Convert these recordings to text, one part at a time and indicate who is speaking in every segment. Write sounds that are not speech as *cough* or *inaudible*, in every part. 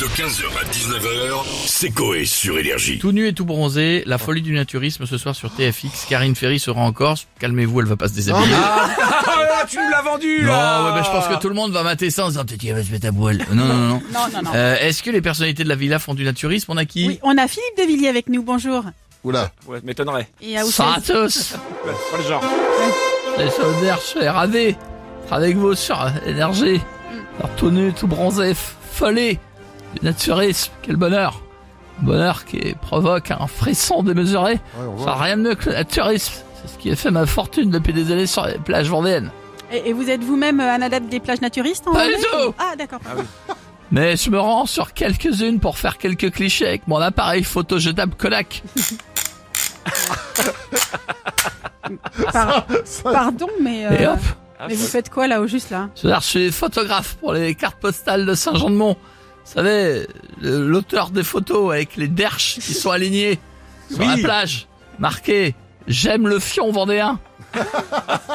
Speaker 1: De 15h à 19h, c'est Coé sur Énergie.
Speaker 2: Tout nu et tout bronzé, la folie du naturisme ce soir sur TFX. Karine Ferry sera en Corse. Calmez-vous, elle va pas se déshabiller.
Speaker 3: Ah là, tu me l'as vendu
Speaker 2: non,
Speaker 3: là
Speaker 2: ouais, bah, je pense que tout le monde va mater ça en disant peut-être qu'elle va se mettre à poil. Non, non,
Speaker 3: *laughs*
Speaker 2: non.
Speaker 4: Non, non,
Speaker 3: Ah.
Speaker 4: non.
Speaker 2: Euh, Est-ce que les personnalités de la villa font du naturisme On a qui
Speaker 4: Oui, on a Philippe de Villiers avec nous, bonjour.
Speaker 5: Oula,
Speaker 3: Ouais, m'étonnerait.
Speaker 4: Et à
Speaker 2: Ça
Speaker 4: Oussez-
Speaker 2: à tous
Speaker 3: Ouais, c'est Pas le genre.
Speaker 2: Les soldats chez RAD, avec vous sur Énergie.
Speaker 3: Mm.
Speaker 2: Alors, tout nu, tout bronzé, f- folie du naturisme. Quel bonheur Bonheur qui provoque un frisson démesuré. Ça rien de mieux que le naturisme. C'est ce qui a fait ma fortune depuis des années sur les plages vendéennes.
Speaker 4: Et, et vous êtes vous-même euh, un adepte des plages naturistes en
Speaker 2: Pas
Speaker 4: vrai
Speaker 2: du tout.
Speaker 4: Ah, d'accord.
Speaker 2: Mais je me rends sur quelques-unes pour faire quelques clichés avec mon appareil photo jetable Kodak.
Speaker 4: Par-
Speaker 5: *laughs* ça-
Speaker 4: pardon, mais, euh,
Speaker 2: Et hop,
Speaker 4: mais vous faites quoi là au juste là
Speaker 2: je veux dire, je suis photographe pour les cartes postales de Saint-Jean-de-Mont. Vous savez, le- l'auteur des photos avec les derches qui sont alignés sur la plage, marqué J'aime le fion vendéen.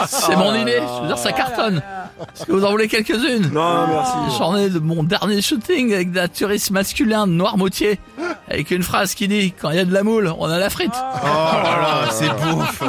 Speaker 2: C'est mon idée, je veux dire, ça cartonne.
Speaker 4: Euh,
Speaker 2: Est-ce que vous en voulez quelques-unes
Speaker 3: Non, merci.
Speaker 2: J'en ai de mon dernier shooting avec d'un touriste masculin de Noirmoutier, avec une phrase qui dit Quand il y a de la moule, on a la frite.
Speaker 4: Ah.
Speaker 5: c'est bouffe.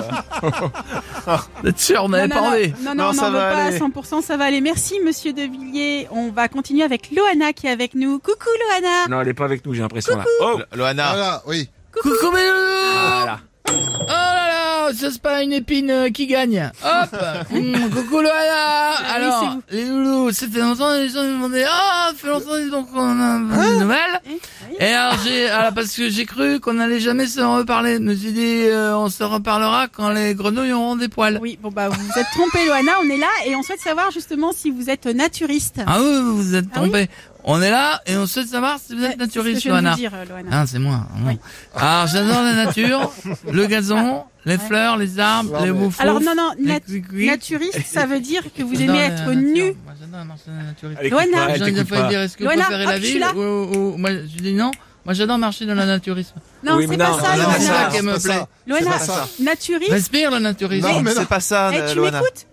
Speaker 2: *laughs* Vous êtes sûr, on n'avait
Speaker 4: non,
Speaker 2: pas
Speaker 4: non,
Speaker 2: envie
Speaker 4: non, non,
Speaker 5: Non,
Speaker 4: on
Speaker 5: ça
Speaker 4: n'en veut
Speaker 5: va
Speaker 4: pas
Speaker 5: aller.
Speaker 4: à 100%, ça va aller. Merci monsieur de Villiers. On va continuer avec Loana qui est avec nous. Coucou Loana
Speaker 3: Non, elle est pas avec nous, j'ai l'impression là. Oh
Speaker 5: Ah
Speaker 6: Loana,
Speaker 5: là, oui.
Speaker 2: Coucou mes loulous
Speaker 3: Voilà.
Speaker 2: Oh là là, ça c'est pas une épine euh, qui gagne.
Speaker 4: *laughs*
Speaker 2: Hop Hum, Coucou Loana
Speaker 4: Ah c'est
Speaker 2: Alors,
Speaker 4: vous.
Speaker 2: les loulous, c'était longtemps, les gens me demandaient « Ah, fait longtemps dis donc qu'on a une nouvelle
Speaker 4: Eh, !» oui.
Speaker 2: Et alors, j'ai, alors, parce que j'ai cru qu'on n'allait jamais se reparler. Je me suis dit euh, On se reparlera quand les grenouilles auront des poils.
Speaker 4: Oui, bon bah vous vous êtes trompé Loana, on est là et on souhaite savoir justement si vous êtes naturiste.
Speaker 2: Ah oui, vous vous êtes
Speaker 4: Ah oui.
Speaker 2: trompé. On est là et on souhaite savoir si vous
Speaker 4: Ouais,
Speaker 2: êtes
Speaker 4: c'est ce que
Speaker 2: naturiste,
Speaker 4: je viens de
Speaker 2: Loana.
Speaker 4: vous dire, euh, Loana.
Speaker 2: Ah, c'est moi. non. Alors, j'adore la nature,
Speaker 4: *laughs*
Speaker 2: le gazon, les fleurs, les arbres, les moufous.
Speaker 4: Alors non, non,
Speaker 2: les
Speaker 4: nat-
Speaker 2: cuicui.
Speaker 4: naturiste, ça veut dire que vous
Speaker 2: J'adore
Speaker 4: aimez
Speaker 2: la
Speaker 4: être
Speaker 2: nature.
Speaker 4: nu.
Speaker 2: Moi, j'adore marcher dans la nature.
Speaker 3: Elle écoute
Speaker 4: Loana.
Speaker 2: J'ai
Speaker 3: pas, Ah, elle
Speaker 2: envie de
Speaker 3: t'écoute
Speaker 2: pas
Speaker 3: pas.
Speaker 2: dire, est-ce que
Speaker 4: Loana,
Speaker 2: vous préférez
Speaker 4: hop,
Speaker 2: la
Speaker 4: je suis
Speaker 2: ville
Speaker 4: là.
Speaker 2: ou, ou- ou- Moi, je dis non. Moi, j'adore marcher
Speaker 4: *laughs*
Speaker 2: dans le naturisme.
Speaker 4: Non,
Speaker 3: Oui,
Speaker 4: c'est
Speaker 3: mais
Speaker 4: pas
Speaker 3: non,
Speaker 4: ça,
Speaker 2: non,
Speaker 4: Loana.
Speaker 2: c'est ça
Speaker 5: c'est
Speaker 2: qui me
Speaker 5: pas
Speaker 2: plaît.
Speaker 5: ça.
Speaker 4: Loana,
Speaker 5: C'est pas ça.
Speaker 4: naturiste.
Speaker 2: Respire le naturisme.
Speaker 5: Non, mais non.
Speaker 6: c'est pas ça,
Speaker 4: Eh,
Speaker 6: euh,
Speaker 4: tu
Speaker 6: Loana.
Speaker 4: m'écoutes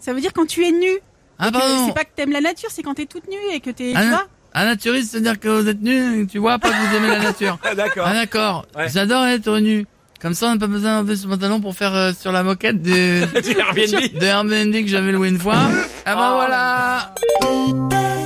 Speaker 4: Ça veut dire quand tu es nu.
Speaker 2: ah,
Speaker 4: Que
Speaker 2: pardon.
Speaker 4: C'est pas que t'aimes la nature, c'est quand t'es toute nue et que t'es.
Speaker 2: Ah
Speaker 4: tu
Speaker 2: non.
Speaker 4: vois
Speaker 2: Un naturiste, c'est-à-dire que vous êtes nu, tu vois pas que vous aimez la *laughs* nature.
Speaker 3: Ah, D'accord.
Speaker 2: Ah,
Speaker 3: *laughs*
Speaker 2: d'accord.
Speaker 3: Ouais.
Speaker 2: J'adore être nu. Comme ça, on n'a pas besoin d'enlever son pantalon pour faire euh, sur la moquette de,
Speaker 3: Du
Speaker 2: *laughs*
Speaker 3: Airbnb.
Speaker 2: de Airbnb que j'avais loué une fois. Ah ben voilà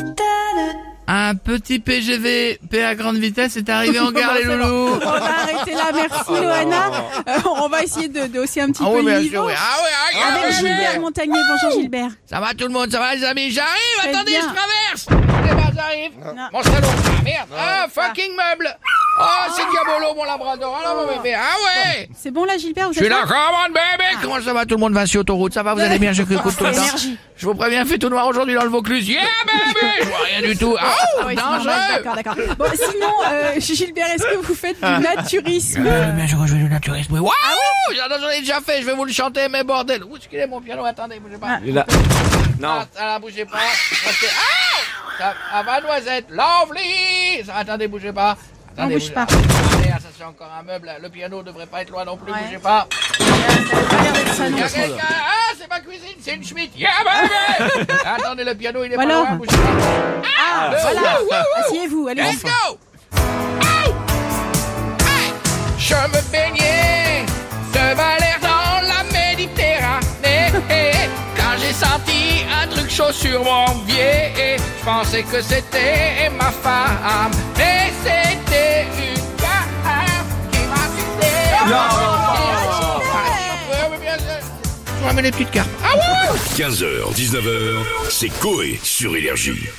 Speaker 2: Un petit PGV, P à grande vitesse, est arrivé *laughs* en gare, les loulous
Speaker 4: On va arrêter là, merci Loana. Euh, on va essayer de, de hausser un petit peu le niveau.
Speaker 2: Ah ouais, ah, ah,
Speaker 4: Avec
Speaker 2: ah,
Speaker 4: Gilbert Montagnier, bonjour Gilbert.
Speaker 2: Ça va tout le monde, ça va les amis J'arrive,
Speaker 4: Très
Speaker 2: attendez,
Speaker 4: bien.
Speaker 2: je traverse Attendez, moi, j'arrive
Speaker 4: Non. Ah.
Speaker 2: Mon salon, ah, merde Ah, fucking meuble Oh, c'est Diabolo, mon labrador Ah là, mon bébé Ah ouais
Speaker 4: Oh. C'est Ah. bon là Gilbert, vous
Speaker 2: Je suis
Speaker 4: êtes
Speaker 2: là, commande bébé Comment ça va tout le monde Vinci Autoroute, ça va Vous allez bien,
Speaker 4: *laughs*
Speaker 2: je écoute tout le temps
Speaker 4: Énergie.
Speaker 2: Je vous préviens, fait tout noir aujourd'hui dans le Vaucluse Yeah, bébé Je vois rien du tout Ah,
Speaker 4: Ah ouais, c'est normal,
Speaker 2: danger
Speaker 4: D'accord, d'accord. Bon, sinon, euh, Gilbert, est-ce que vous faites du naturisme
Speaker 2: Euh, bien sûr que je vais du naturisme. oui.
Speaker 4: Ah
Speaker 2: Waouh J'en j'en ai déjà fait, je vais vous le chanter, mais bordel. Où est-ce qu'il est mon piano Attendez, bougez pas.
Speaker 3: Il est là.
Speaker 2: Ah,
Speaker 3: Non.
Speaker 2: ça là, bougez pas. Restez- Ah ça, Ah, ma noisette, lovely Ça, Attendez, bougez pas.
Speaker 4: On
Speaker 2: Attendez,
Speaker 4: bouge
Speaker 2: bougez-
Speaker 4: pas.
Speaker 2: Attendez, ah, ça c'est encore un meuble. Le piano devrait pas être loin non plus,
Speaker 4: Ouais.
Speaker 2: bougez pas.
Speaker 4: Regardez le salon.
Speaker 2: Y a quelqu'un Ah, c'est ma cuisine, c'est une Schmidt. Yeah, baby
Speaker 4: *laughs*
Speaker 2: Attendez, le piano, il est pas
Speaker 4: Alors
Speaker 2: loin, bougez pas.
Speaker 4: Ah, voilà. Asseyez-vous, allez.
Speaker 2: Let's go Aïe Aïe Je me baignais ce Valère dans la Méditerranée Quand j'ai senti un truc chaud sur mon pied Je pensais que c'était ma femme Mais c'était une femme qui m'a quitté Ouais, mais bien sûr. Je vous ramène les petites cartes. Ah ouais
Speaker 1: 15h, 19h, c'est Coé sur Énergie.